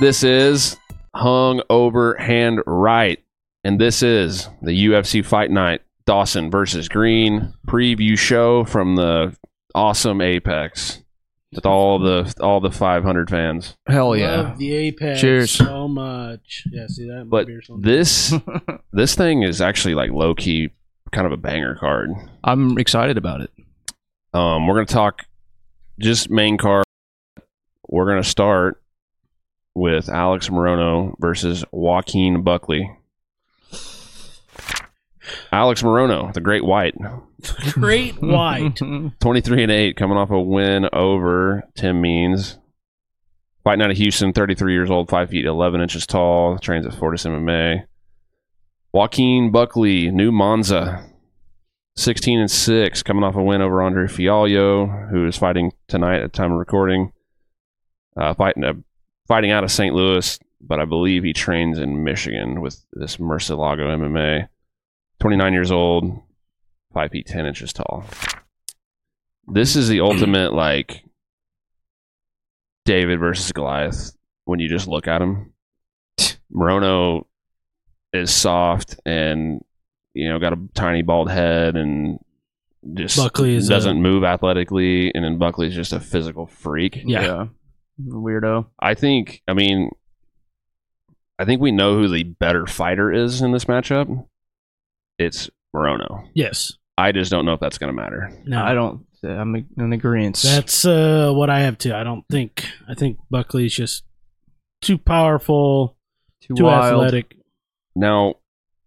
This is Hung Over Hand Right. And this is the UFC Fight Night Dawson versus Green preview show from the awesome Apex with all the all the 500 fans. Hell Oh, yeah. Love the Apex Cheers. so much. Yeah, see that? My But beer's on. this this thing is actually like low key kind of a banger card. I'm excited about it. Um, we're gonna talk just main card. We're gonna start with Alex Morono versus Joaquin Buckley. Alex Morono, the Great White, Great White. twenty-three and eight, coming off a win over Tim Means. Fighting out of Houston, thirty-three years old, five feet eleven inches tall, trains at Fortis MMA. Joaquin Buckley, new Monza, 16 and 6, coming off a win over Andre Fiallo, who is fighting tonight at the time of recording. Uh, fighting uh, fighting out of St. Louis, but I believe he trains in Michigan with this Murcielago MMA. 29 years old, 5 feet 10 inches tall. This is the ultimate, like, David versus Goliath when you just look at him. Morono is soft and you know got a tiny bald head and just Buckley uh, is uh, a- doesn't move athletically and then Buckley's just a physical freak. Yeah. Weirdo. I think I mean I think we know who the better fighter is in this matchup. It's Morono. yes. I just don't know if that's going to matter. No. I don't. I'm in agreement. That's uh, what I have too. I don't think. I think Buckley's just too powerful, too, too wild. athletic. Now,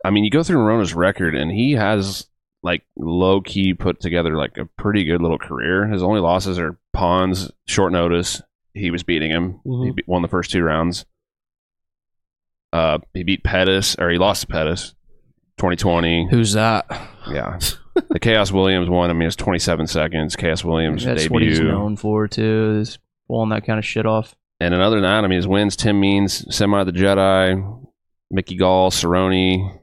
I mean, you go through Morono's record and he has like low key put together like a pretty good little career. His only losses are pawns, short notice. He was beating him. He Mm-hmm. Mhm. be- won the first two rounds. Uh, he beat Pettis, or he lost to Pettis, 2020. Who's that? Yeah. the Chaos Williams one, I mean, it's 27 seconds. Chaos Williams That's what he's debut. known for too. Is pulling that kind of shit off. And another than that, I mean, his wins Tim Means, Semi the Jedi, Mickey Gall, Cerrone.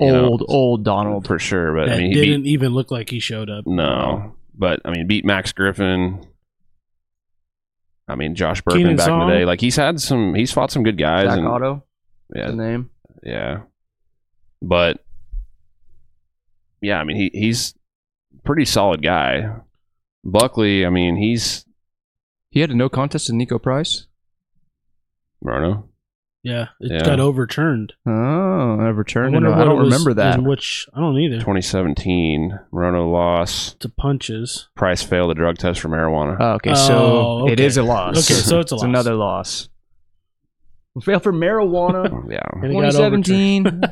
You know, Old, old Donald. For sure. But I that mean, he beat. didn't even look like he showed Mm, up. No. But I mean, beat Max Griffin. I mean, Josh Burpin Keenan back in Song. the day. Like, he's had some, he's fought some good guys. Zach and, Otto. Yeah. The name. Yeah. But yeah, I mean he he's a pretty solid guy. Buckley, I mean, he's He had a no contest to Nico Price. Morono. Yeah, it Yeah. got overturned. Oh, I returned. I, what I don't it was- remember that. is Which I don't either. 2017. Morono lost. To punches. Price failed the drug test for marijuana. Oh, okay, so Oh, it okay. is a loss. Okay, so it's it's a loss. another loss. We failed for marijuana. yeah. And it got overturned. 2017.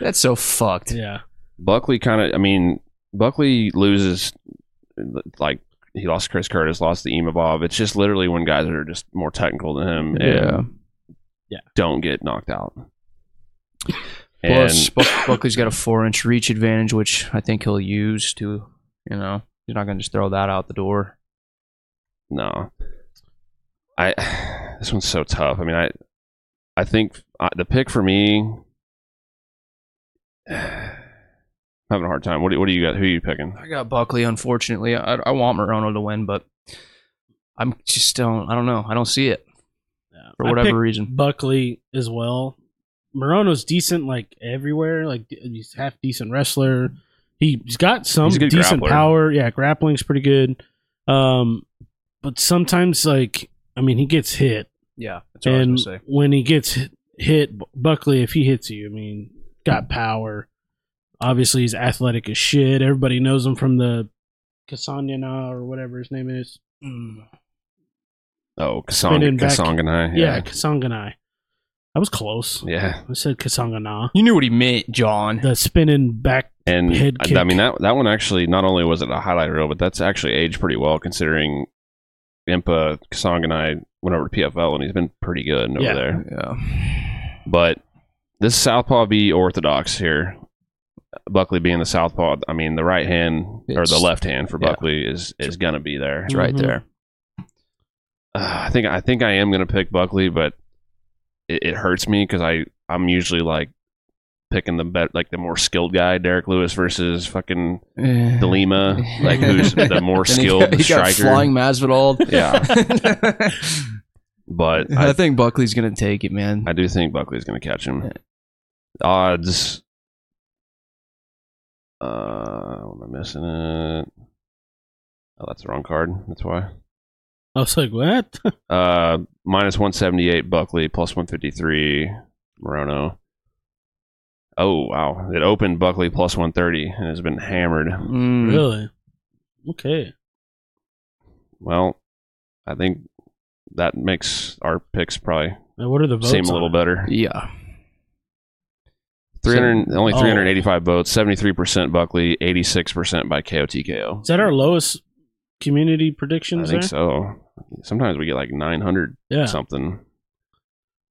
That's so fucked. Yeah, Buckley kind of I mean, Buckley loses like he lost Chris Curtis, lost the Imabov. It's just literally when guys are just more technical than him and don't get knocked out. Plus, Buck- Buckley's got a four-inch reach advantage, which I think he'll use to, you know, you're not gonna just throw that out the door. No. I this one's so tough. I mean, I I think uh, the pick for me I'm having a hard time. What do, what do you got? Who are you picking? I got Buckley. Unfortunately, I, I want Morono to win, but I'm just don't. I don't know. I don't see it yeah. for I whatever picked reason. Buckley as well. Morono's decent, like everywhere. Like he's half decent wrestler. He- He's got some He's a good decent grappler. power. Yeah, grappling's pretty good. Um, but sometimes, like, I mean, he gets hit, Yeah, that's what I and was gonna say. when he gets hit, hit, Buckley, if he hits you, I mean, got power. Obviously, he's athletic as shit. Everybody knows him from the Kasanyana or whatever his name is. Oh, Spinning Kasong back. Kasonganai. Yeah, Yeah. Kasanganai. I was close. Yeah. I said Kasangana. You knew what he meant, John. The spinning back And Head I, I kick. mean that that one actually not only was it a highlight reel, but that's actually aged pretty well considering Impa Kasonganai went over to PFL and he's been pretty good over Yeah. there. Yeah. But this Southpaw be orthodox here. Buckley being the Southpaw, I mean the right hand or the It's- left hand for yeah. Buckley is is gonna be there. It's right Mhm. there. Uh, I think I think I am gonna pick Buckley, but it, it hurts me because I I'm usually like picking the bet like the more skilled guy, Derek Lewis versus fucking Eh. Delima, like who's the more And he skilled got- he got striker. flying Masvidal. Yeah. but I, I, think Buckley's gonna take it, man. I do think Buckley's going to catch him. Odds. Uh, what am I missing? It. Oh, that's the wrong card. That's why. I was like, what? Uh, minus one seventy eight Buckley, plus one fifty three Morono. Oh wow! It opened Buckley plus one thirty and has been hammered. Hmm. Mm. really? Okay. Well, I think that makes our picks probably Now, what are the votes? seem a on little it? better. Yeah. Three hundred only Oh. three hundred eighty five votes, seventy three percent Buckley, eighty six percent by KOTKO. Is that our lowest community I predictions think there? so. Sometimes we get like nine hundred Yeah. So, something.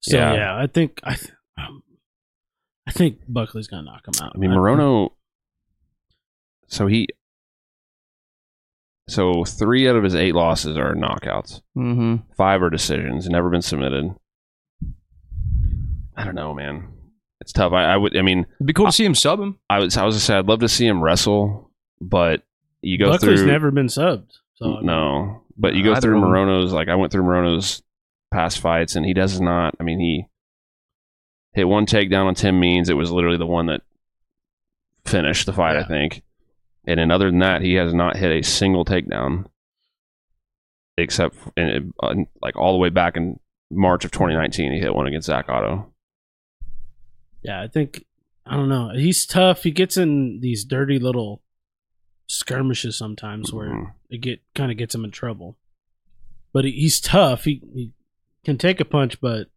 yeah. yeah. I think I, th- um, I think Buckley's gonna knock him out. I mean, Morono. So he. So three out of his eight losses are knockouts. Mm-hmm. Five are decisions. Never been submitted. I don't know, man. It's tough. I, I would. I mean, It'd be cool to see him sub him. I was. I was gonna say I'd love to see him wrestle, but you go Buckley's through. never been subbed. So I mean, no, but you go Either through of 'em. Morono's. Like I went through Morono's past fights, and he does not. I mean, he hit one takedown on Tim Means. It was literally the one that finished the fight, I Yeah. think. And then other than that, he has not hit a single takedown, except f- in, in- on- like all the way back in March of 2019, he hit one against Zach Otto. Yeah, I think I don't know. He's tough. He gets in these dirty little skirmishes sometimes where Mhm. it get kind of gets him in trouble. But he, he's tough. He, he can take a punch, but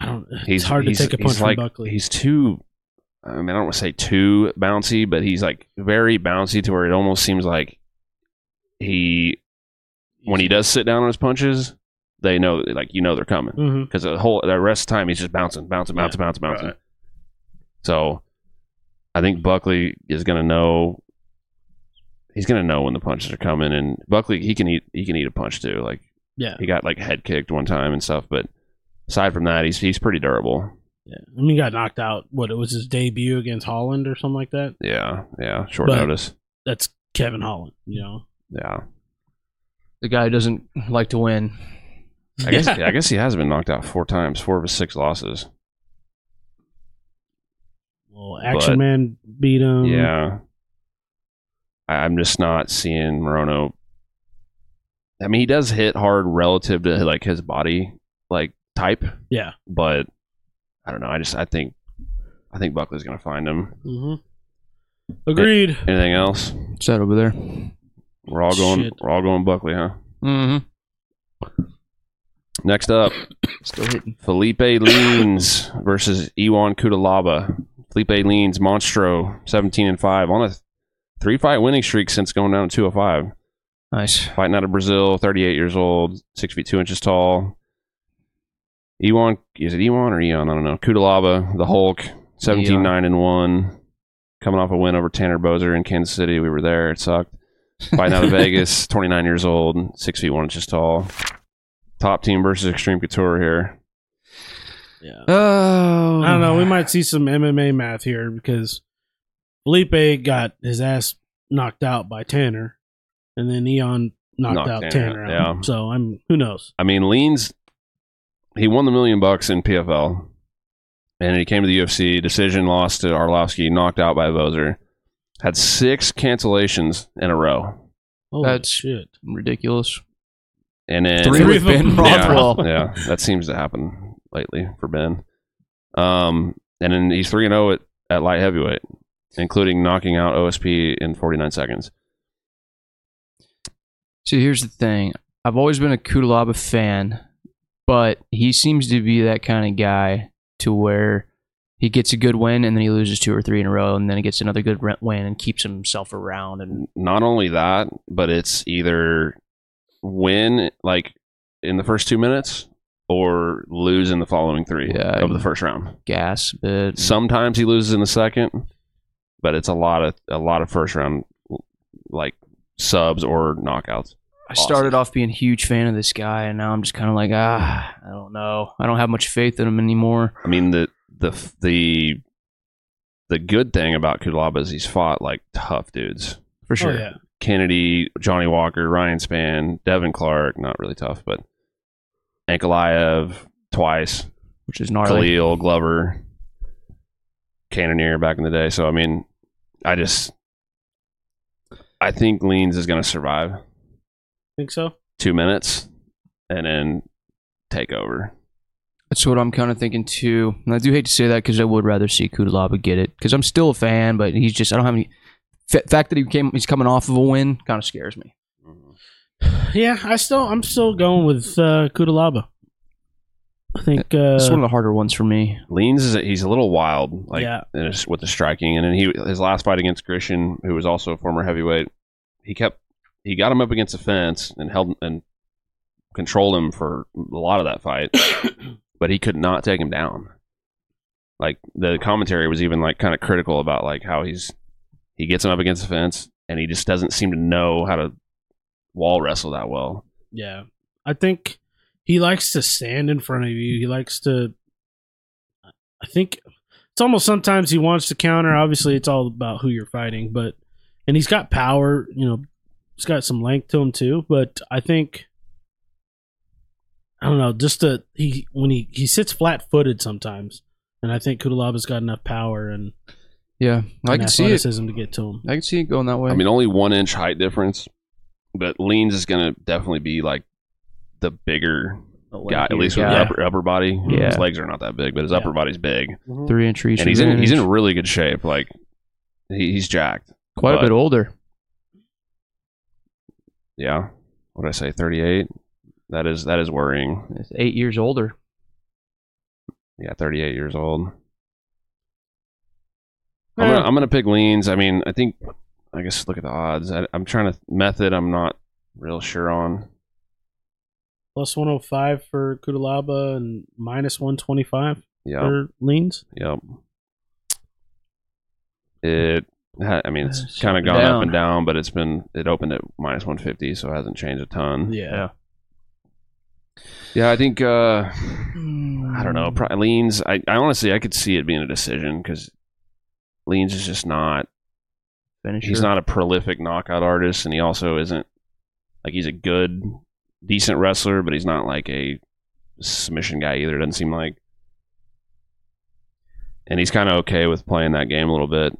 I don't. He's it's hard he's- to take a punch he's like, from Buckley. He's too. I mean, I don't want to say too bouncy, but he's like very bouncy to where it almost seems like he when he does sit down on his punches, they know like you know they're coming. hmm because the whole the rest of the time he's just bouncing, bouncing, Yeah. bouncing, bouncing, bouncing. Right. So I think Buckley is going to know. He's going to know when the punches are coming, and Buckley he can eat he can eat a punch too. Like Yeah. he got like head kicked one time and stuff, but aside from that, he's he's pretty durable. Yeah. I mean, he got knocked out. What it was his debut against Holland or something like that. Yeah, yeah, short But- notice. That's Kevin Holland. You know. Yeah, The guy who doesn't like to win. I guess I guess he has been knocked out four times, four of his six losses. Well, Action But- Man beat him. yeah. I, I'm just not seeing Morono. I mean, he does hit hard relative to like his body like type, Yeah. but I don't know. I just I think I think Buckley's gonna find him. hmm Agreed. Anything else? It's that over there. We're all going. Shit. We're all going Buckley, huh? Mm-hmm. Next up, Still hitting. Felipe Leans versus Iwan Kudalaba. Felipe Leans, Monstro, seventeen and five on a three fight winning streak since going down to two hundred five. Nice. fighting out of Brazil, 38 years old, six feet two inches tall. Ewan, is it Ewan or Eon? I don't know. Kudalaba, the Hulk, 17 9 and 1, coming off a win over Tanner Bozer in Kansas City. We were there. It sucked. Fighting out of Vegas, 29 years old, six feet one inches tall. Top team versus Extreme Couture here. Yeah. Oh. I don't know. We might see some MMA math here because Felipe got his ass knocked out by Tanner, and then Eon knocked, Knocked out Tanner Tanner. out, out. yeah. So I'm who knows. I mean, Leans, he won the million bucks in PFL, and he came to the UFC. Decision lost to Arlovsky, knocked out by Bozer. Had six cancellations in a row, Holy That's- shit. Ridiculous. and then Three, Three with of 'em. Ben yeah, Rothwell. yeah, that seems to happen lately for Ben. Um, and then he's three and zero at at light heavyweight, including knocking out OSP in forty nine seconds. See, here's the thing. I've always been a Kudalaba fan, but he seems to be that kind of guy to where he gets a good win and then he loses two or three in a row and then he gets another good re- win and keeps himself around. And not only that, but it's either win like in the first two minutes or lose in the following three Yeah. Mm-hmm. of the first round. gas a bit. Sometimes he loses in the second, but it's a lot of a lot of first round like subs or knockouts. I started off being a huge fan of this guy, and now I'm just kind of like, ah, I don't know. I don't have much faith in him anymore. I mean the the the the good thing about Kudalaba is he's fought like tough dudes. For sure. Oh, yeah. Kennedy, Johnny Walker, Ryan Span, Devin Clark, not really tough, but Ankalaev twice, which is gnarly. Khalil Glover, Cannoneer back in the day. So I mean, I just I think Leans is going to survive Think so? two minutes and then take over. That's what I'm kind of thinking too. And I do hate to say that because I would rather see Kudalaba get it because I'm still a fan, but he's just I don't have any. Fa- fact that he came, he's coming off of a win, kind of scares me. Yeah, I still I'm still going with uh, Kudalaba. I think uh, it's one of the harder ones for me. Leans is he's a little wild, like Yeah. in his- with the striking, and then he his last fight against Grisham, who was also a former heavyweight, he kept he got him up against the fence and held and controlled him for a lot of that fight, but he could not take him down. Like the commentary was even like kind of critical about like how he's he gets him up against the fence and he just doesn't seem to know how to wall wrestle that well. yeah, I think he likes to stand in front of you. He likes to. I think it's almost sometimes he wants to counter. Obviously, it's all about who you're fighting, but and he's got power. You know, he's got some length to him too. But I think I don't know. Just to he when he he sits flat footed sometimes, and I think Kudalaba's got enough power and, Yeah, I and can see it. athleticism to get to him. I can see it going that way. I mean, only one inch height difference, but Leans is going to definitely be like the bigger guy, at least with guy. his upper, upper body. Yeah. His legs are not that big, but his Yeah. upper body's big, three inch reach. and he's in he's in advantage. really good shape. Like he, he's jacked. quite a but- bit older. Yeah. What did I say? Thirty eight. That is that is worrying. It's eight years older. Yeah, thirty eight years old. I'm Yeah. gonna, I'm gonna pick Leans. I mean, I think I guess look at the odds. I, I'm trying to method. I'm not real sure on. plus 105 for Kudalaba and minus 125 Yeah. for Leans. Yep. It, ha- I mean, It's it's kind up of and gone up down. and down, but it's been it opened at minus one fifty, so it hasn't changed a ton. Mm-hmm. Yeah, I think uh, I don't Hmm. know. Probably leans. I, I honestly I could see it being a decision because leans is just not. Finisher. He's not a prolific knockout artist, and he also isn't like he's a good, decent wrestler, but he's not like a submission guy either. Doesn't seem like. And he's kind of okay with playing that game a little bit,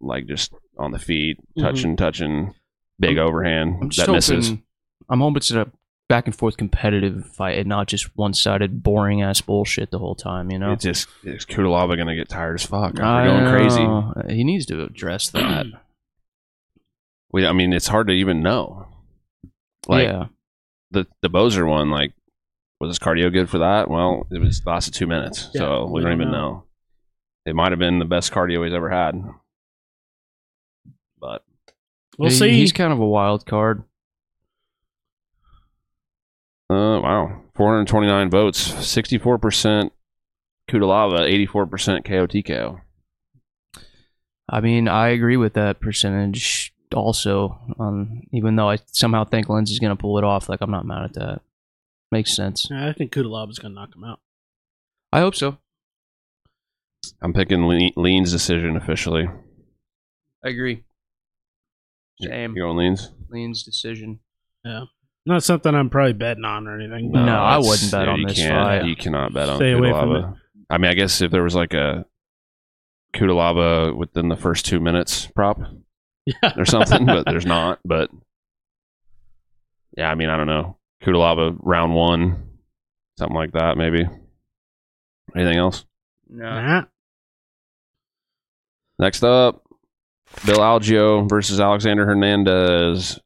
like just on the feet, Mhm. touching, touching, big overhand Mm-hmm. I'm just that hoping. misses. I'm hoping it's a back and forth competitive fight and not just one sided boring ass bullshit the whole time. You know, It's just it's Kudalaba gonna get tired as fuck. They're going crazy. crazy. He needs to address that. We, I mean, it's hard to even know. Like yeah, the the Bozer one, like was his cardio good for that? Well, it was lasted two minutes, Yeah, so we, don't, even know. It might have been the best cardio he's ever had. But We'll He- see. He's kind of a wild card. uh, wow, 429 votes, 64 percent Kudalava, 84 percent KOTKO. I mean, I agree with that percentage. Also, um, even though I somehow think Lindsay's going to pull it off, like I'm not mad at that. Makes sense. Yeah, I think Kudalaba's going to knock him out. I hope so. I'm picking Le- Lean's decision officially. I agree. Same. You going Lean's? Lean's decision. Not something I'm probably betting on or anything. No, but- I it's- wouldn't bet yeah, on you this can't- fight. You cannot bet on Stay away from Kudalaba. I mean, I guess if there was like a Kudalaba within the first two minutes prop, Yeah. or something, but there's not. But yeah, I mean, I don't know. Kudalaba round one, something like that, maybe. Anything else? No. Nah. Next up, Bill Algio versus Alexander Hernandez.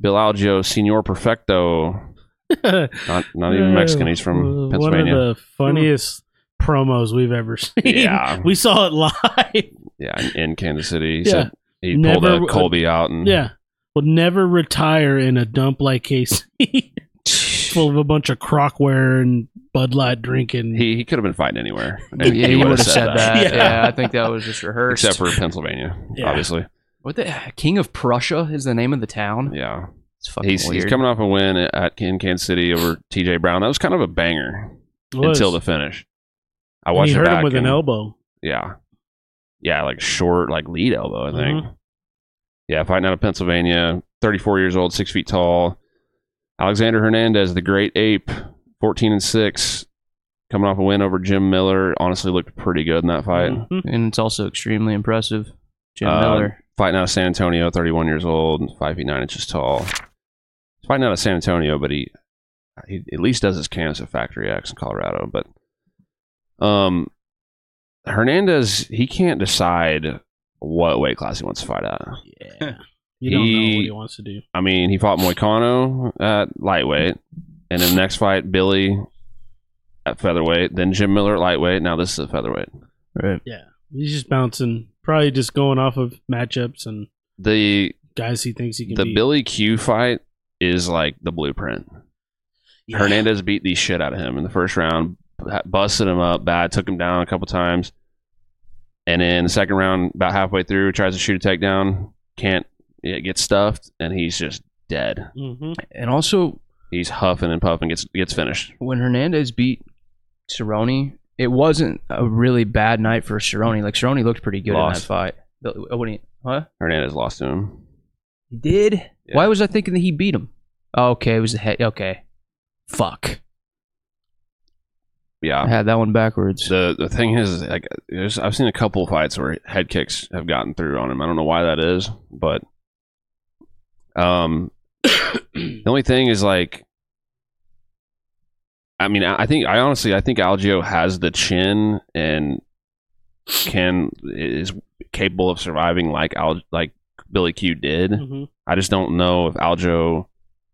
Bill Algio, Senor Perfecto. Not not even Mexican. He's from Uh, One Pennsylvania. of the funniest promos we've ever seen. Yeah. Mm-hmm. we saw it live. Yeah, in- in Kansas City. He Yeah. said he Never- pulled a Colby out and yeah. Will never retire in a dump like Casey, full of a bunch of crockware and Bud Light drinking. he, he could have been fighting anywhere. Yeah, he would've would have said that. Yeah. Yeah. I think that was just rehearsed. Except for Pennsylvania, Yeah. obviously. what the King of Prussia is the name of the town. Yeah. It's fucking He's, weird. he's coming off a win at in Kansas City over TJ Brown. That was kind of a banger Was. until the finish. I And watched he it hurt back him with an and- elbow. Yeah, yeah, like short, like lead elbow. I think. Mm-hmm. Yeah, fighting out of Pennsylvania, 34 years old, six feet tall. Alexander Hernandez, the Great Ape, 14 and 6, coming off a win over Jim Miller. Honestly, looked pretty good in that fight. Mhm. and it's also extremely impressive. Jim Uh, Miller. Fighting out of San Antonio, 31 years old, 5 feet 9 inches tall. He's fighting out of San Antonio, but he, he at least does his camps at Factory X in Colorado. But um, Hernandez, he can't decide what weight class he wants to fight at. Yeah. You don't know He- what he wants to do. I mean, he fought Moicano at lightweight, and in the next fight, Billy at featherweight, then Jim Miller at lightweight. Now this is at featherweight. Right. He's just bouncing, probably just going off of matchups and The guys he thinks he can the beat. Billy Q fight is like the blueprint. Yeah. Hernandez beat the shit out of him in the first round, b- busted him up bad, took him down a couple times, and then the second round, about halfway through, tries to shoot a takedown, can't, it gets stuffed, and he's just dead. Mhm. And also, He's huffing and puffing, gets gets finished. when Hernandez beat Cerrone, it wasn't a really bad night for Cerrone. Like Cerrone looked pretty good in Lost. that fight. The- uh, What do you, huh? Hernandez lost to him. He did. Yeah. Why was I thinking that he beat him? Oh, okay, it was the head. Okay, fuck. Yeah, I had that one backwards. The the thing is, is, like, there's, I've seen a couple fights where head kicks have gotten through on him. I don't know why that is, but um, the only thing is like, I mean, I, I think I honestly I think Algio has the chin and can is capable of surviving like Al like Billy Q did. Mhm. I just don't know if Aljo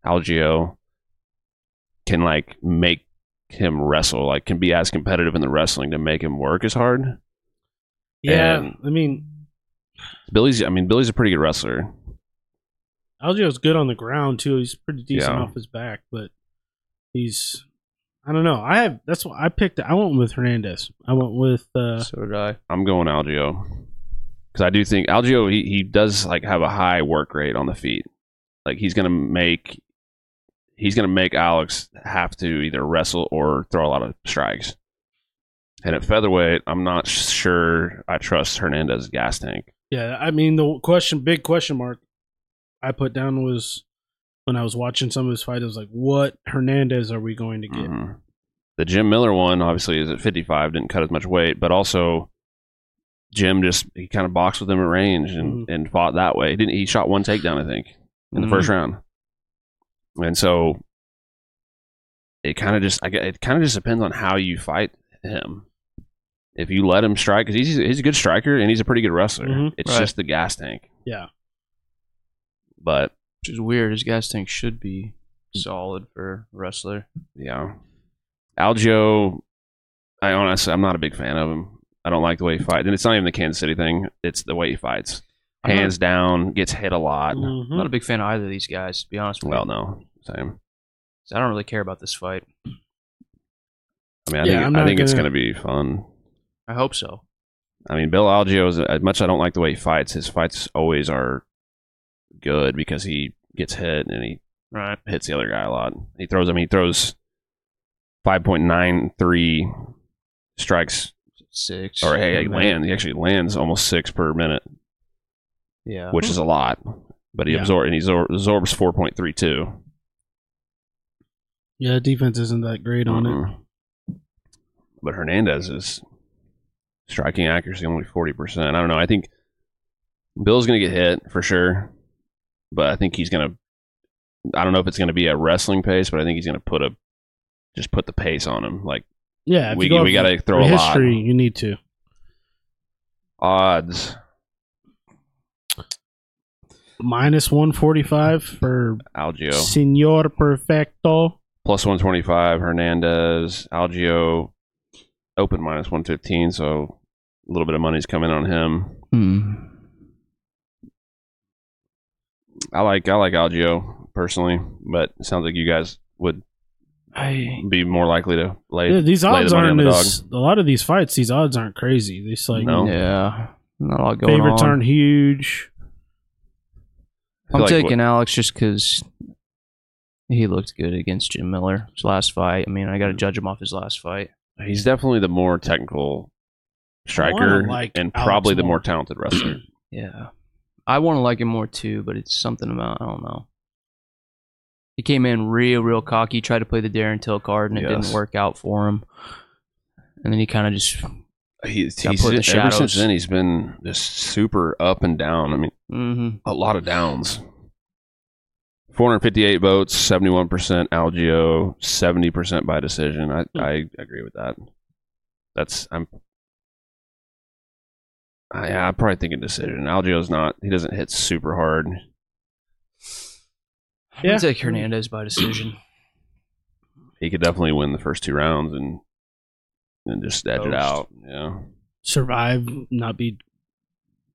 Algio can like make him wrestle, like can be as competitive in the wrestling to make him work as hard. Yeah, And- I mean, Billy's I mean Billy's a pretty good wrestler. Algio's good on the ground too. He's pretty decent Yeah. off his back, but he's I don't know. I have that's what I picked. I went with Hernandez. I went with uh so did I. I'm going Algio. Cuz I do think Algio he, he does like have a high work rate on the feet. Like he's going to make he's going to make Alex have to either wrestle or throw a lot of strikes. And at featherweight, I'm not sure I trust Hernandez's gas tank. yeah, I mean the question big question mark I put down was when I was watching some of his fight, I was like, what Hernandez are we going to get? Mhm. The Jim Miller one obviously is at 55, didn't cut as much weight, but also Jim just he kind of boxed with him at range Mm-hmm. and, and fought that way. He didn't he shot one takedown I think in the Mhm. first Mm-hmm. round, and so it kind of just I gue- it kind of just depends on how you fight him. If you let him strike, because he's he's a good striker and he's a pretty good wrestler. Mhm. It's Right. just the gas tank, Yeah. but Which is weird. His gas tank should be solid for a wrestler. Yeah. Algio, I honestly, I'm not a big fan of him. I don't like the way he fights. And it's not even the Kansas City thing, it's the way he fights. Uh-huh. I'm not- Hands down, gets hit a lot. Mhm. I'm not a big fan of either of these guys, to be honest with Well, you. no. Same. 'Cause I don't really care about this fight. I mean, I Yeah, I'm think, I not think it's going gonna- to be fun. I hope so. I mean, Bill Algio, is, as much as I don't like the way he fights, his fights always are good because he gets hit and he Right. hits the other guy a lot. He throws, I mean, he throws 5.93 strikes, Six. or hey, he Yeah. lands. He actually lands almost six per minute. Yeah. which is a lot. But he Yeah. absor and he absor- absorbs four point three two. Yeah, defense isn't that great on it. Mm-hmm. But Hernandez is striking accuracy only forty percent. I don't know. I think Bill's gonna get hit for sure, but I think he's gonna. I don't know if it's gonna be a wrestling pace, but I think he's gonna put a just put the pace on him. Like Yeah, if we you go we off gotta your throw a lot history, you need to. odds. Minus one forty five for Algio Senor Perfecto. plus one twenty five. Hernandez Algio open minus one fifteen. So a little bit of money's coming on him. Hmm. I like I like Algio personally, but it sounds like you guys would I be more likely to lay. Yeah, these lay the odds money on aren't the as a lot of these fights. These odds aren't crazy. These like No. yeah. Not a lot going favorites on. aren't huge. I I'm feel like taking Alex just because he looked good against Jim Miller. His last fight. I mean, I got to Mm. judge him off his last fight. what- he's definitely the more technical I striker wanna like and Alex probably the more. more talented wrestler. Yeah. I want to like him more too, but it's something about I don't know. He came in real, real cocky, tried to play the Darren Till card, and it didn't Yes. work out for him. And then he kind of just, He's, Got he's put in the ever since shadows. then he's been just super up and down. I mean, mhm. a lot of downs. 458 votes, 71% Algio, 70% by decision. I, Hmm. I agree with that. That's I'm I I probably think a decision. Algio's not he doesn't hit super hard. I'm gonna Yeah. take Hernandez by decision. He could definitely win the first two rounds and and just edge it Coast. out. Yeah. survive, not be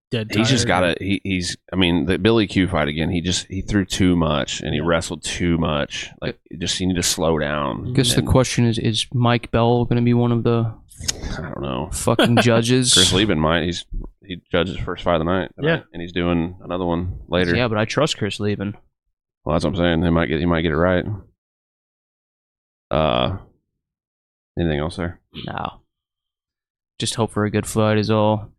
dead. He's just got tired. to he, he's I mean the Billy Q fight again, he just he threw too much and he wrestled too much. Like just you need to slow down. I guess the Mm-hmm. And- question is: Is Mike Bell going to be one of the I don't know. fucking judges? Chris Lieben might. He's he judges first fight of the night. Yeah. tonight, and he's doing another one later. Yeah, but I trust Chris Lieben. Well, that's what I'm saying. He might get he might get it right. Uh, anything else there? No, just hope for a good fight is all.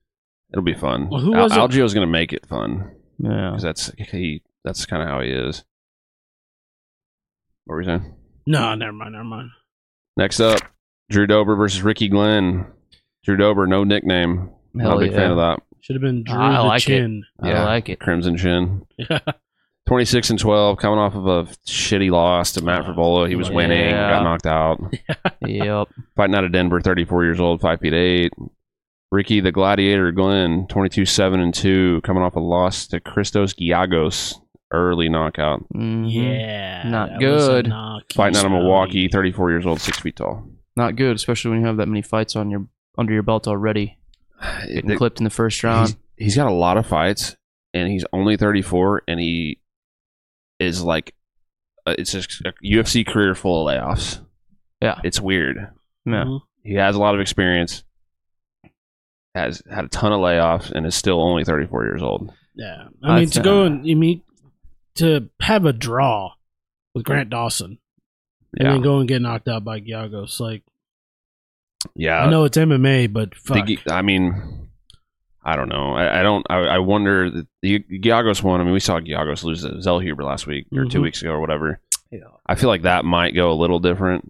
It'll be fun. Well, who was it- Algio's going to make it fun Yeah, because that's he. That's kind of how he is. What were you saying? No, never mind, never mind. Next up, Drew Dober versus Ricky Glenn. Drew Dober, no nickname. Not Hell a big yeah. fan of that. Should have been Drew I the like it. Mm-hmm. Chin. yeah. I like it. Crimson Chin. Yeah. 26 and 12, coming off of a shitty loss to Matt Frivola. He was winning, Yeah. got knocked out. yep. Fighting out of Denver, 34 years old, 5 feet 8. Ricky the Gladiator Glenn, 22 7 and 2, coming off a loss to Christos Giagos, early knockout. Mhm. Yeah. Not that was a good. knock. Fighting out of He's Milwaukee, probably- 34 years old, 6 feet tall. Not good, especially when you have that many fights on your under your belt already. Getting It- clipped in the first he's, round. he's got a lot of fights, and he's only 34, and he is like, uh, it's just a UFC career full of layoffs. Yeah. It's weird. Yeah. Mhm. He has a lot of experience, has had a ton of layoffs, and is still only 34 years old. Yeah. I I mean, to th- uh, go and, I mean, to have a draw with Grant Dawson and Yeah, then go and get knocked out by Giagos. Like, yeah. I know it's MMA, but fuck. The Gi- I mean, I don't know. I, I don't. I, I wonder. The, the Giagos one. I mean, we saw Giagos lose to Zell Huber last week or two Mhm. weeks ago or whatever. Yeah. I feel like that might go a little different.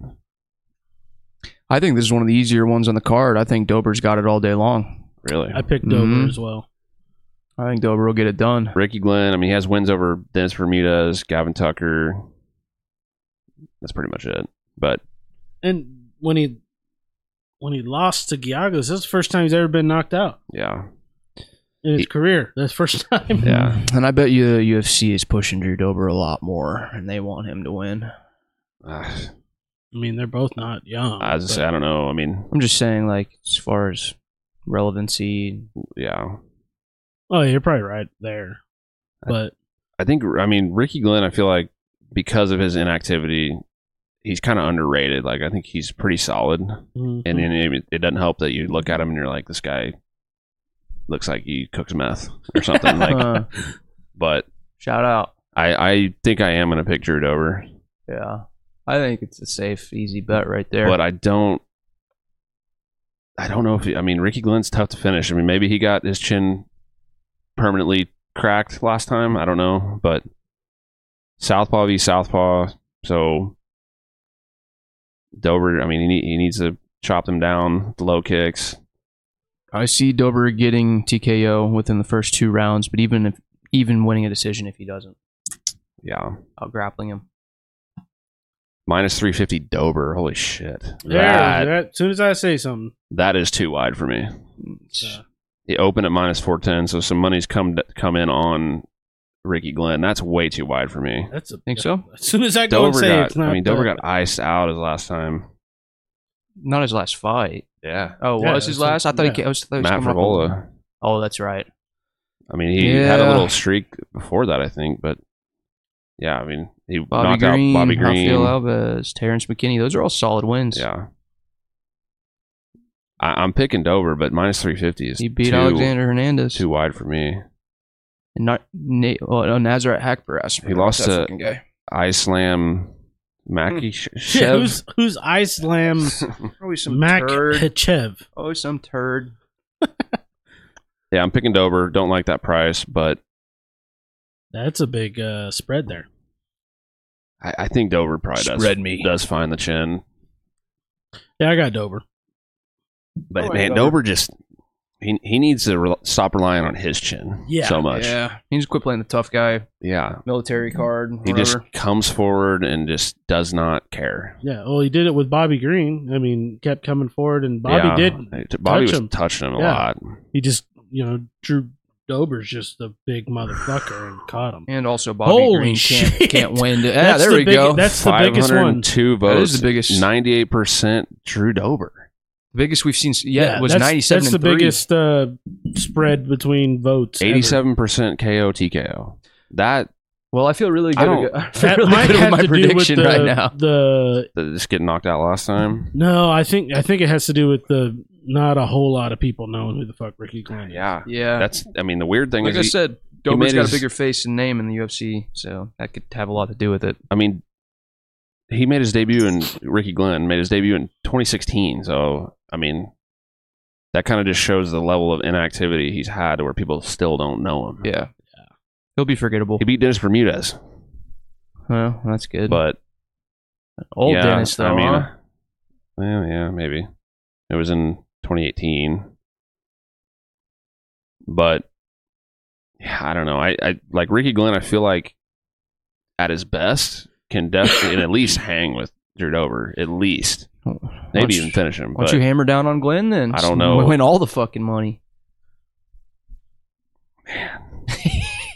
I think this is one of the easier ones on the card. I think Dober's got it all day long. Really, I picked Dover Mm-hmm. Mhm. as well. I think Dober will get it done. Ricky Glenn. I mean, he has wins over Dennis Bermudez, Gavin Tucker. That's pretty much it. But And when he when he lost to Giagos, that's the first time he's ever been knocked out yeah, in his He- career. That's the first Mm-hmm. time. Yeah. And I bet you the UFC is pushing Drew Dober a lot more, and they want him to win. Ah, I mean, they're both not young. I was just, but- I don't know. I mean, I'm just saying, like, as far as relevancy, yeah. Oh, you're probably right there. But I think I mean Ricky Glenn. I feel like because of his inactivity, he's kind of underrated. Like I think he's pretty solid, mhm. and then it, it doesn't help that you look at him and you're like, this guy looks like he cooks meth or something. like, uh, but shout out. I I think I am gonna pick Drew Dober, Yeah. I think it's a safe, easy bet right there. but I don't. I don't know if he, I mean Ricky Glenn's tough to finish. I mean maybe he got his chin permanently cracked last time. I don't know, but Southpaw v Southpaw. So Dober, I mean, he, need, he needs to chop them down with the low kicks. I see Dober getting TKO within the first two rounds, but even if even winning a decision if he doesn't, Yeah, out grappling him. minus three fifty Dober. Holy shit, there, that that- as soon as I say something, that is too wide for me. It's- uh, He opened at minus four ten, so some money's come come in on Ricky Glenn. That's way too wide for me. that's a Think so? As soon as I go and Dover say got. it's not I mean, Dover that- got iced out his last time. Not his last fight. Yeah, Oh, Yeah, was his that's last? I what- thought yeah. he ca- I was, I thought he was Matt coming off a- Frivola. Oh, that's right. I mean, he had a Yeah. little streak before that, I think. But yeah, I mean, he Bobby knocked Green, out Bobby Rafael Green. Alves, Terrence McKinney. Those are all solid wins. Yeah, I, I'm picking Dover, but minus three fifty is He beat too, Alexander Hernandez. too wide for me. And not Na- oh, no, Nazareth Hackbrass. He lost That to- fucking guy. I slam Hmm. Mackie. Yeah, who's who's I slam Always some Mac turd. Hechev? Always some turd. yeah, I'm picking Dover. Don't like that price, but That's a big uh, spread there. I, I think Dover probably does Spread me. does find the chin, Yeah, I got Dover. but All right, man, Dover. Dover just he he needs to rel stop relying on his chin Yeah. so much. Yeah, he needs to quit playing the tough guy Yeah. military card. He just whatever. comes forward and just does not care. Yeah. Well, he did it with Bobby Green. I mean, kept coming forward, and Bobby Yeah. did. Bobby touch was him. touching him a Yeah. lot. He just, you know, Drew Dober's just a big motherfucker and caught him. and also Bobby Holy Green can't shit. can't win. Yeah, That's there the we big- go. That's the biggest one. 502 That votes. is the biggest, Ninety-eight percent Drew Dober. biggest we've seen. Yeah, it was that's- ninety-seven. That's and the three. biggest uh, spread between votes. ever. Eighty-seven percent KO TKO. That Well, I feel really I good. don't- ag- I feel That really might good with have my to do with prediction the, right now. the that just getting knocked out last time. no, I think I think it has to do with the not a whole lot of people knowing who the fuck Ricky Glenn is. Yeah, Yeah, that's. I mean, the weird thing like is, I he- said, he Dober's made got a his- bigger face and name in the UFC, so that could have a lot to do with it. I mean, he made his debut in Ricky Glenn made his debut in 2016. So I mean, that kind of just shows the level of inactivity he's had, to where people still don't know him. Yeah, he'll be forgettable. He beat Dennis Bermudez, well, that's good. but Old yeah, Dennis, though. I mean, huh? yeah, yeah, maybe it was in 2018, but yeah, I don't know. I, I like Ricky Glenn. I feel like at his best can definitely and at least hang with Drew Dober, at least Why don't maybe you- even finish him. Why But don't you hammer down on Glenn then? I don't know. Win all the fucking money.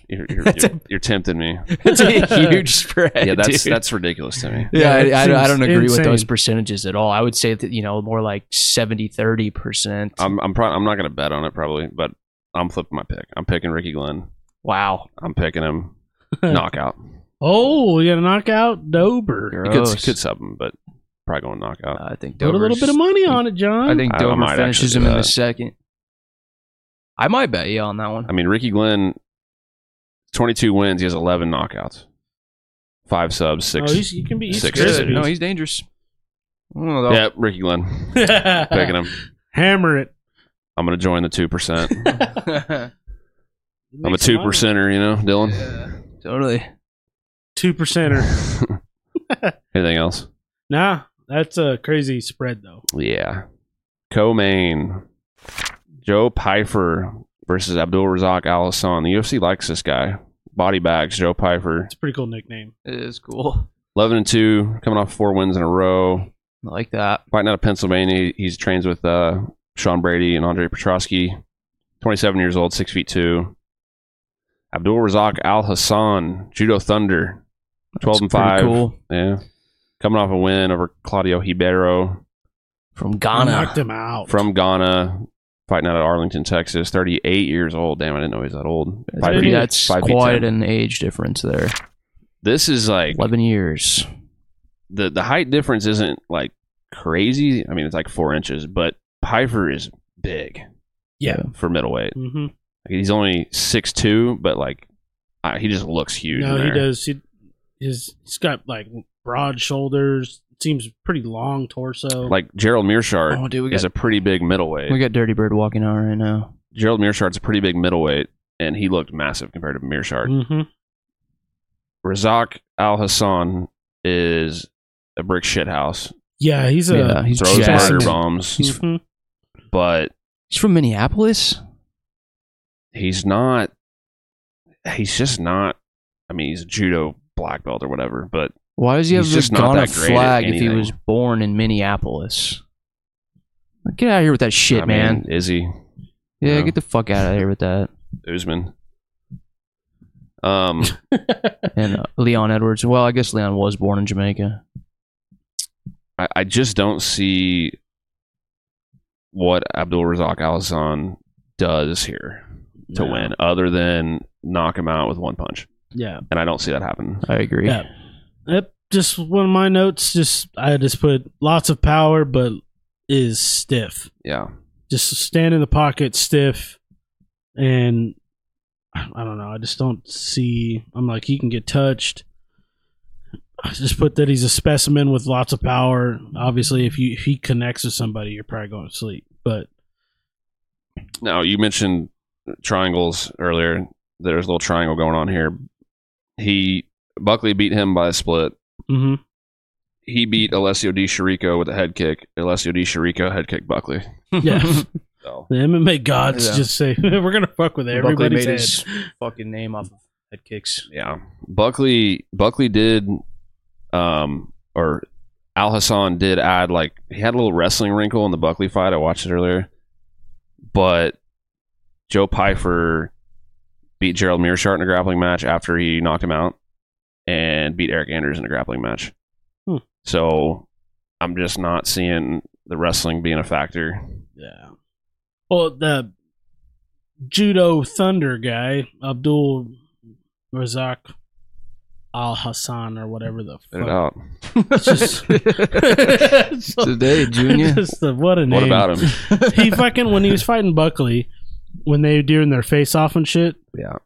you're, you're, That's a- you're- you're tempting me. That's a huge spread. Yeah, that's dude. that's ridiculous to me. Yeah, Yeah, I, I, it don't- I don't seems agree with those insane. percentages at all. I would say that you know more like 70 30 percent. I'm I'm pro- I'm not gonna bet on it probably, but I'm flipping my pick. I'm picking Ricky Glenn. Wow, I'm picking him knockout. Oh, we got to knock out Dober. You could, Gross. could sub him, but probably going knockout. I think Put a little Dover's- bit of money on it, John. I think uh, I- I Dover might finishes actually him do in the that. second. I might bet you on that one. I mean, Ricky Glenn, 22 wins. He has 11 knockouts, five subs, oh, six. he's, he can be he's six crispy. decisions. No, he's dangerous. I don't know, though. yeah, Ricky Glenn. Picking him. Hammer it. I'm going to join the 2%. I'm a Make some 2 percenter, you know, Dylan. Yeah, totally. Two percenter. Anything else? Nah, that's a crazy spread though. Yeah. Co main Joe Pfeiffer versus Abdul Razak Alisson. The UFC likes this guy. Body bags, Joe Pfeiffer. It's a pretty cool nickname. It is cool. 11 and 2, coming off four wins in a row. I like that. fighting out of Pennsylvania. He's trains with uh, Sean Brady and Andre Petrosky. 27 years old, six feet two. Abdul Razak Al Hassan, Judo Thunder, 12 and It's pretty five. Cool. Yeah, coming off a win over Claudio Hibero From Knocked Ghana. him out. from Ghana, fighting out of Arlington, Texas. 38 years old. Damn, I didn't know he was that old. That's, Five pretty- feet- that's five feet quite 10. an age difference there. This is like 11 years. the the height difference isn't like crazy. I mean, it's like four inches, but Pfeiffer is big. Yeah. for middleweight. hmm Like, he's only six two, but like uh, he just looks huge. in No, he there. does. He, his, he's got like broad shoulders. Seems pretty long torso. Like Gerald Mearshart Oh, dude, we is got, a pretty big we middleweight. got Dirty Bird walking out right now. Gerald Mearshart's a pretty big middleweight, and he looked massive compared to Mearshart. hmm Razak Al Hassan is a brick shithouse. yeah, he's a. yeah, he's Throws jacked. murder bombs, He's- Mhm. but He's from Minneapolis. he's not. He's just not. I mean, he's a judo black belt or whatever, but Why does he have He's the just not Ghana that great at flag if he anything. was born in Minneapolis? Like, Get out of here with that shit, I mean, man. is he? yeah, yeah. get the fuck out of here with that. Usman. Um, And uh, Leon Edwards. Well, I guess Leon was born in Jamaica. I, I just don't see what Abdul Razak Al Hassan does here to No. win, other than knock him out with one punch. Yeah. And I don't see that happen. I agree. Yeah. Yep. Just one of my notes. Just I just put lots of power, but is stiff. Yeah. Just stand in the pocket, stiff, and I I don't know. I just don't see. I'm like he can get touched. I just put that he's a specimen with lots of power. Obviously, if you if he connects with somebody, you're probably going to sleep. But Now you mentioned triangles earlier. There's a little triangle going on here. He Buckley beat him by a split. Mm-hmm. He beat Alessio Di Chirico with a head kick. Alessio Di Chirico head kick Buckley. Yeah. So The MMA gods Yeah. just say we're gonna fuck with Buckley everybody's made head. his fucking name off of head kicks. yeah, Buckley Buckley did, um, or Al Hassan did add like he had a little wrestling wrinkle in the Buckley fight. I watched it earlier, but Joe Pfeiffer beat Gerald Mearshart in a grappling match after he knocked him out, and beat Eric Anders in a grappling match. Hmm. So I'm just not seeing the wrestling being a factor. Yeah. Well, the judo thunder guy, Abdul Razak Al Hassan or whatever the Get it fuck. out. Just- It's like- Today, Junior. Just the- what a name. What about him? He fucking when he was fighting Buckley, when they were doing their face off and shit. Yeah.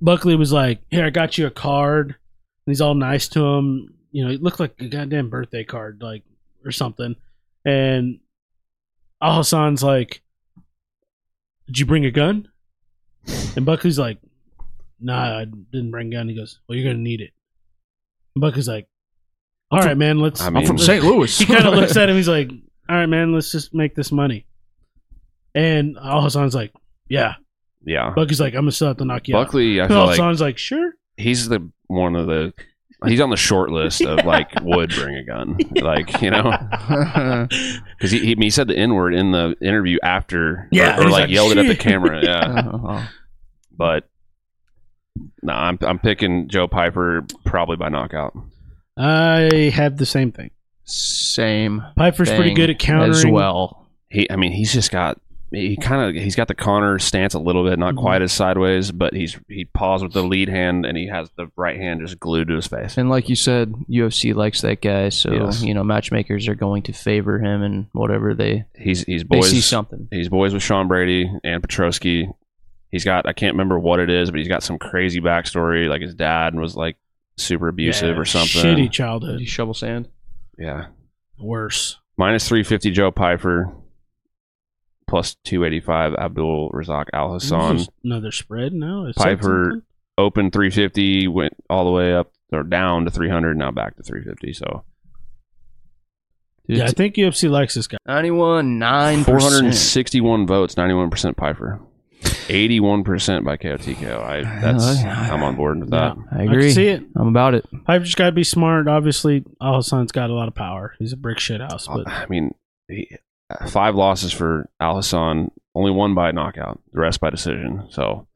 Buckley was like, "Here, I got you a card." And he's all nice to him. You know, it looked like a goddamn birthday card, like or something. And Al Hassan's like, "Did you bring a gun?" And Buckley's like, "Nah, I didn't bring a gun." He goes, "Well, you're gonna need it." And Buckley's like, "All right, man, let's." I mean, Louis. he kind of looks at him. He's like, "All right, man, let's just make this money." And Al Hassan's like, "Yeah." yeah. Buckley's like, "I'm gonna still have to knock you out." Buckley, I And feel Al like Hassan's like, "Sure." he's the one of the he's on the short list of like would bring a gun like you know because he, he he said the n word in the interview after Yeah, or, or, he's like like, yelled it at the "Shit." camera yeah Oh. but no I'm I'm picking Joe Piper probably by knockout I have the same thing. Same. Piper's pretty thing good at countering. as well. he I mean he's just got he kind of he's got the Connor stance a little bit not Mhm. quite as sideways but he's he paws with the lead hand and he has the right hand just glued to his face And like you said, UFC likes that guy, so Yes. you know matchmakers are going to favor him and whatever they he's he's they boys see something. He's boys with Sean Brady and Petrosky. He's got I can't remember what it is, but he's got some crazy backstory. Like his dad was like super abusive Yeah, or something. Shitty Did he childhood. shovel sand? Yeah. Worse. Minus three fifty Joe Piper. Plus two eighty five Abdul Razak Al Hassan. There's another spread now. Is that Piper- something? Open three fifty, went all the way up or down to three hundred, now back to three fifty. So Dude, Yeah, I it's think UFC likes this guy. Ninety-one nine. four hundred and sixty one votes, ninety one percent Piper. Eighty one percent by KOTKO. I that's I'm on board with that. I can agree. see it. I'm about it. Piper's got to be smart. Obviously, Al Hassan's got a lot of power. He's a brick shit house, but I mean, he, five losses for Al Hassan, only one by knockout, the rest by decision. So,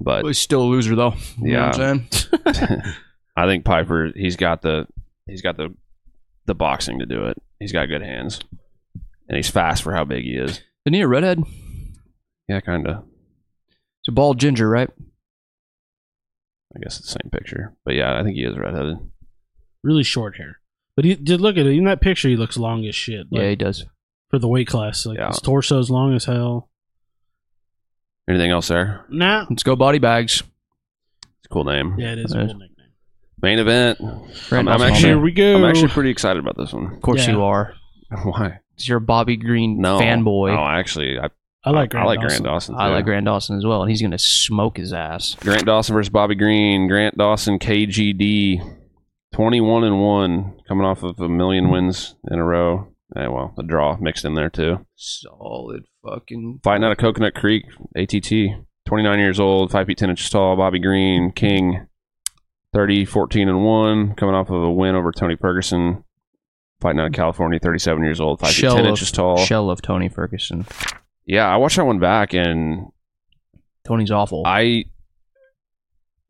but he's still a loser though. Yeah. I'm saying? I think Piper, he's got the he's got the the boxing to do it. He's got good hands, and he's fast for how big he is. Isn't he a redhead? He's Yeah, kind of. a bald ginger, right? I guess it's the same picture, but yeah, I think he is redheaded. really short hair. But he did look at it in that picture. He looks long as shit. Like, yeah, he does. for the weight class, like Yeah. his torso's long as hell. Anything else there? Nah. Let's go body bags. It's a cool name. Yeah, it is a Uh, cool nickname. Main event. Right, I'm, I'm that's actually Here we go. I'm actually pretty excited about this one. Of course Yeah. you are. Why? 'Cause You're a Bobby Green No fanboy. No, actually, I, I like Grant. I like Dawson. Grant Dawson. I too. like Grand Dawson as well, and he's gonna smoke his ass. Grant Dawson versus Bobby Green. Grant Dawson, KGD, twenty-one and one, coming off of a million wins in a row. Eh, well, a draw mixed in there too. Solid fucking. Fighting out of Coconut Creek, ATT. Twenty-nine years old, five feet ten inches tall. Bobby Green, King, 30, 14 and one, coming off of a win over Tony Ferguson. Fighting out of California, thirty-seven years old, five Shell feet ten of- inches tall. Shell of Tony Ferguson. Yeah, I watched that one back, and Tony's awful. I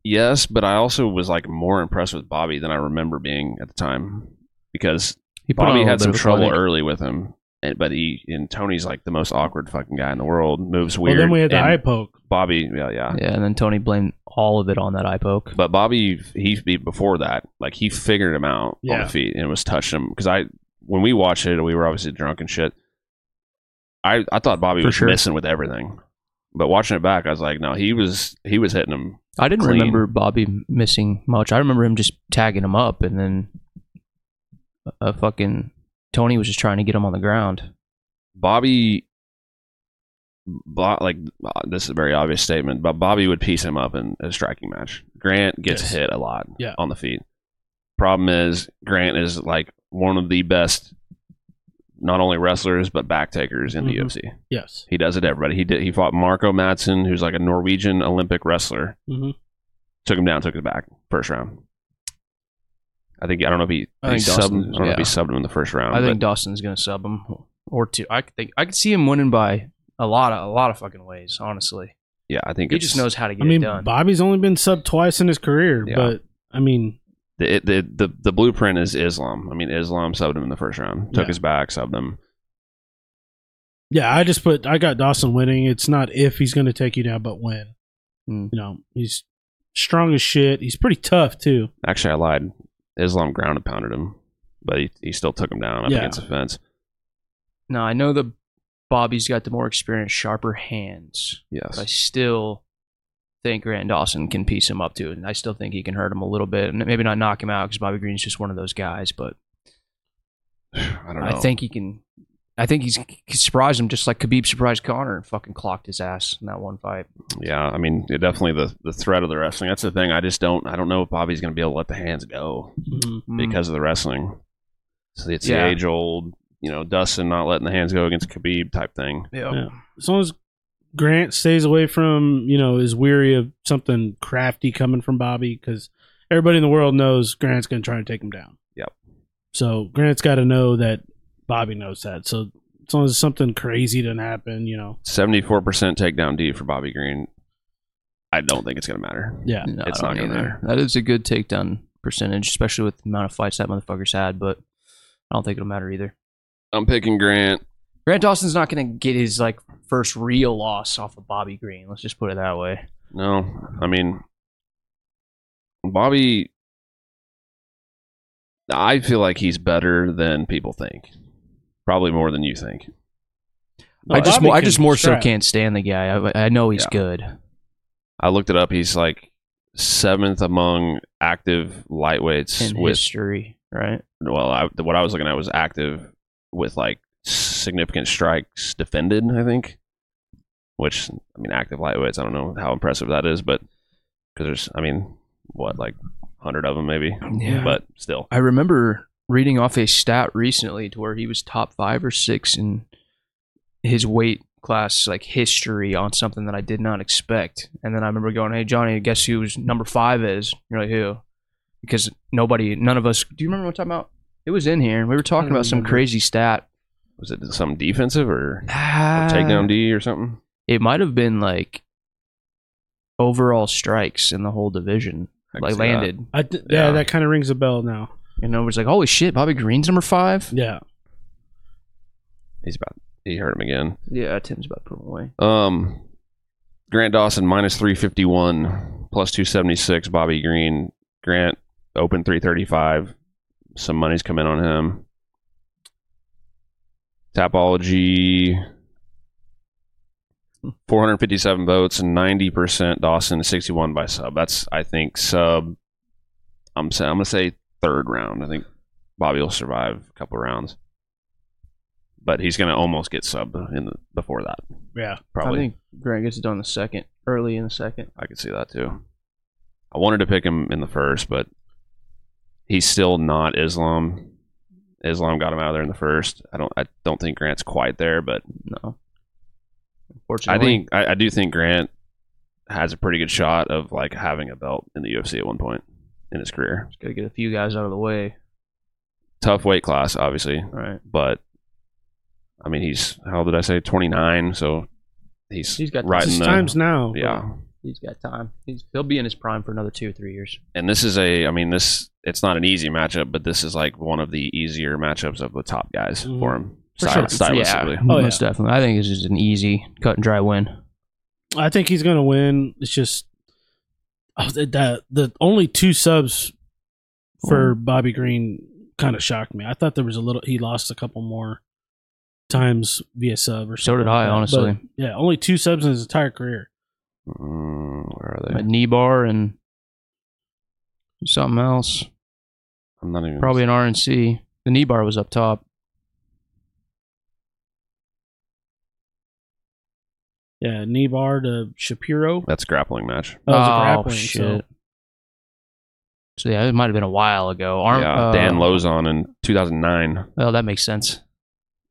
yes, but I also was like more impressed with Bobby than I remember being at the time because he put on Bobby a had little some bit of a trouble clinic. early with him. And, but he and Tony's like the most awkward fucking guy in the world. Moves Well, weird. then we had the and eye poke. Bobby, yeah, yeah. Yeah, and then Tony blamed all of it on that eye poke. But Bobby, he he- before that, like he figured him out on Yeah. the feet and was touching him because I when we watched it, we were obviously drunk and shit. I I thought Bobby For was sure. missing with everything, but watching it back, I was like, no, he was he was hitting him I didn't clean. remember Bobby missing much. I remember him just tagging him up, and then a fucking Tony was just trying to get him on the ground. Bobby, Bo- like uh, this is a very obvious statement, but Bobby would piece him up in a striking match. Grant gets Yes. hit a lot Yeah. on the feet. Problem is, Grant is like one of the best, not only wrestlers but back takers in Mm-hmm. Mhm. the UFC. Yes. He does it to everybody. He did. He fought Marco Madsen, who's like a Norwegian Olympic wrestler. Mm-hmm. Mhm. Took him down. Took his back. First round. I think I don't know if he. I I, think think he subbed, Dustin- I don't know if he yeah. subbed him in the first Um, round. I think but Dawson's gonna sub him or two. I could think I could see him winning by a lot of a lot of fucking ways. Honestly, yeah, I think he it's- just knows how to get I mean, it done. Bobby's only been sub twice in his career, Yeah. but I mean, the, it- the the the blueprint is Islam. I mean, Islam subbed him in the first round. Took Yeah. his back. Subbed him. yeah, I just put I got Dawson winning. It's not if he's going to take you down, but when. Hmm. Mm. You know, he's strong as shit. He's pretty tough too. Actually, I lied. Islam ground and pounded him, but he, he still took him down up Yeah. against the fence. No, I know that Bobby's got the more experience, sharper hands. Yes. But I still think Grant Dawson can piece him up too, and I still think he can hurt him a little bit, and maybe not knock him out because Bobby Green's just one of those guys. But I don't know. I think he can. I think he's he surprised him just like Khabib surprised Connor and fucking clocked his ass in that one fight. Yeah, I mean, it definitely the the threat of the wrestling. That's the thing. I just don't. I don't know if Bobby's going to be able to let the hands go Mm-hmm. Hmm. because of the wrestling. So it's Mm. Yeah. the age old, you know, Dustin not letting the hands go against Khabib type thing. yeah. Yeah. As long as Grant stays away from, you know, is weary of something crafty coming from Bobby because everybody in the world knows Grant's going to try and take him down. Yep. So Grant's got to know that Bobby knows that. So as long as something crazy doesn't happen, you know, Seventy four percent takedown D for Bobby Green. I don't think it's going to matter. yeah. No, It's I don't not gonna either. matter. That is a good takedown percentage, especially with the amount of fights that motherfucker's had. But I don't think it'll matter either. I'm picking Grant. Grant Dawson's not going to get his like first real loss off of Bobby Green. Let's just put it that way. No, I mean, Bobby. I feel like he's better than people think. Probably more than you think. I just, Bobby I can just more strap. so can't stand the guy. I, I know he's Yeah. good. I looked it up. He's like seventh among active lightweights in with history, right? well, I, what I was looking at was active with like significant strikes defended. I think, which I mean, active lightweights. I don't know how impressive that is, but because there's, I mean, what like hundred of them maybe, Yeah. but still, I remember reading off a stat recently to where he was top five or six in his weight class like history on something that I did not expect. And then I remember going, Hey Johnny, guess who was number five is? You're like, who? Because nobody none of us do you remember what I'm talking about? It was in here and we were talking don't about some remember. crazy stat. was it some defensive or, or Ah, takedown D or something? It might have been like overall strikes in the whole division. I can Like see that. landed. I d- yeah, Yeah. that kind of rings a bell now. And nobody's like, Holy shit, Bobby Green's number five? Yeah. He's about he hurt him again. Yeah, Tim's about to put him away. Um, Grant Dawson minus three fifty one, plus two seventy six. Bobby Green, Grant open three thirty five. Some money's come in on him. Tapology. 457 votes, 90% Dawson, 61 by sub. That's, I think, sub. I'm, sa- I'm going to say third round. I think Bobby will survive a couple rounds. But he's going to almost get sub in the, before that, Yeah. probably. I think Grant gets it done the second, early in the second. I could see that too. I wanted to pick him in the first, but he's still not Islam. Islam got him out of there in the first. I don't. I don't think Grant's quite there, but No, I unfortunately, think I, I do think Grant has a pretty good shot of like having a belt in the UFC at one point in his career. gotta get a few guys out of the way, Tough weight class, obviously, right? but I mean, he's how old did I say? Twenty nine. So he's He's got- right It's in his the times now. yeah. He's got time. He's he'll be in his prime for another two or three years. and this is a I mean this it's not an easy matchup, but this is like one of the easier matchups of the top guys Mm-hmm. Mhm. for him For styl- sure. stylistically. Oh, yeah. most definitely. I think this is an easy cut and dry win. I think he's going to win. It's just oh, the, the the only two subs for Oh. Bobby Green kind of shocked me. I thought there was a little. He lost a couple more times via sub or So something did like I, that. honestly. But, yeah, only two subs in his entire career. Mm, where are A they? knee bar and something else, I'm not even probably an RNC. The knee bar was up top. Yeah, Nibar to Shapiro. that's a grappling match. That was a oh grappling, shit! so- So yeah, it might have been a while ago. Arm, yeah, uh, Dan Lozon in 2009, Well, that makes sense.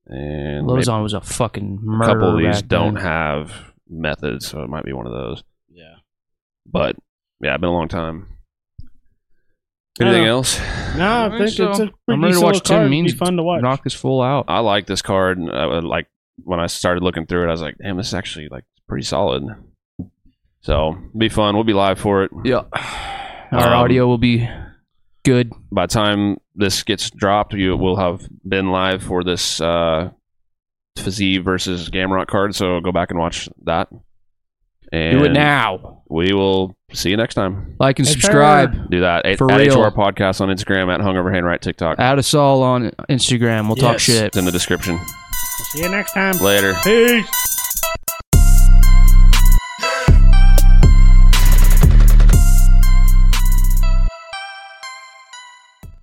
and maybe Lozon was a fucking a murderer. couple of these back don't then. have methods, so it might be one of those. Yeah. But yeah, it's been a long time. I Anything don't- else? No, I think so. it's a pretty I'm ready to watch solid card. Tim It'd Means Be fun to watch. knock this fool out. I like this card. and I would like when I started looking through it, I was like, "Damn, this is actually like pretty solid." So be fun. We'll be live for it. Yeah. Our Um, audio will be good. By the time this gets dropped, you will have been live for this uh, Fizzy versus Gamrot card. So go back and watch that. And Do it now. We will see you next time. Like and Yes, sir. subscribe. Do that at, For at real. HR Podcast on Instagram at Hungover Handwrite TikTok. Add us all on Instagram. We'll talk Yes. shit. It's in the description. See you next time. Later. Peace.